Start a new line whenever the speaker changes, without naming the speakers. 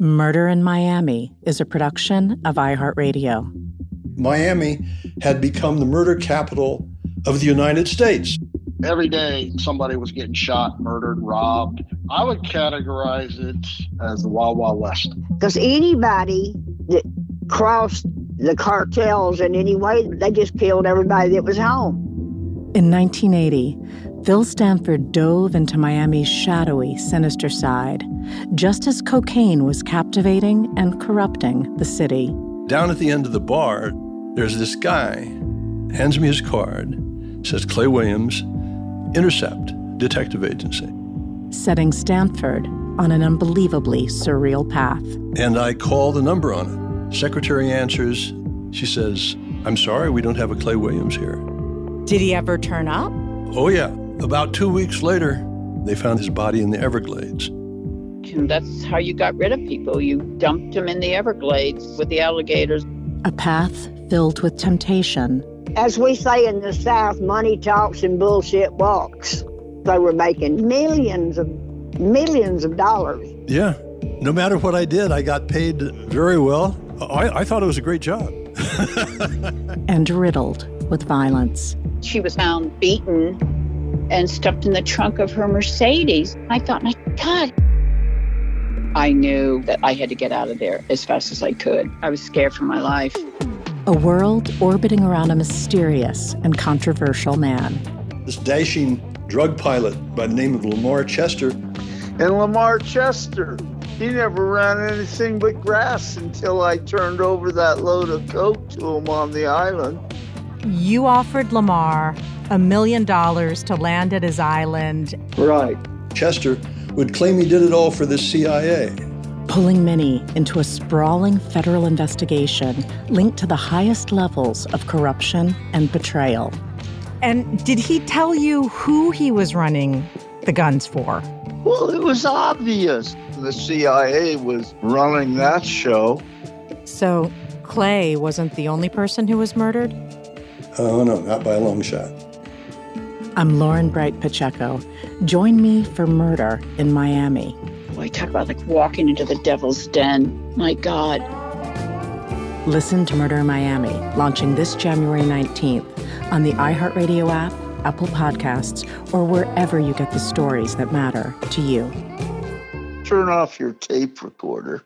Murder in Miami is a production of iHeartRadio.
Miami had become the murder capital of the United States.
Every day, somebody was getting shot, murdered, robbed. I would categorize it as the Wild Wild West.
Because anybody that crossed the cartels in any way, they just killed everybody that was home.
In 1980, Phil Stanford dove into Miami's shadowy, sinister side, just as cocaine was captivating and corrupting the city.
Down at the end of the bar, there's this guy, hands me his card, says Clay Williams, intercept, detective agency.
Setting Stanford on an unbelievably surreal path.
And I call the number on it. Secretary answers. She says, I'm sorry, we don't have a Clay Williams here.
Did he ever turn up?
Oh, yeah. About two weeks later, they found his body in the Everglades.
And that's how you got rid of people. You dumped them in the Everglades with the alligators.
A path filled with temptation.
As we say in the South, money talks and bullshit walks. They were making millions of millions of dollars.
Yeah. No matter what I did, I got paid very well. I, I thought it was a great job.
and riddled with violence.
She was found beaten and stuffed in the trunk of her Mercedes. I thought, my God. I knew that I had to get out of there as fast as I could. I was scared for my life.
A world orbiting around a mysterious and controversial man.
This dashing drug pilot by the name of Lamar Chester.
And Lamar Chester, he never ran anything but grass until I turned over that load of coke to him on the island.
You offered Lamar a million dollars to land at his island.
Right.
Chester would claim he did it all for the CIA.
Pulling Minnie into a sprawling federal investigation linked to the highest levels of corruption and betrayal.
And did he tell you who he was running the guns for?
Well, it was obvious. The CIA was running that show.
So Clay wasn't the only person who was murdered?
Oh, no, not by a long shot.
I'm Lauren Bright Pacheco. Join me for Murder in Miami.
Boy, talk about like walking into the devil's den. My God.
Listen to Murder in Miami, launching this January 19th on the iHeartRadio app, Apple Podcasts, or wherever you get the stories that matter to you.
Turn off your tape recorder.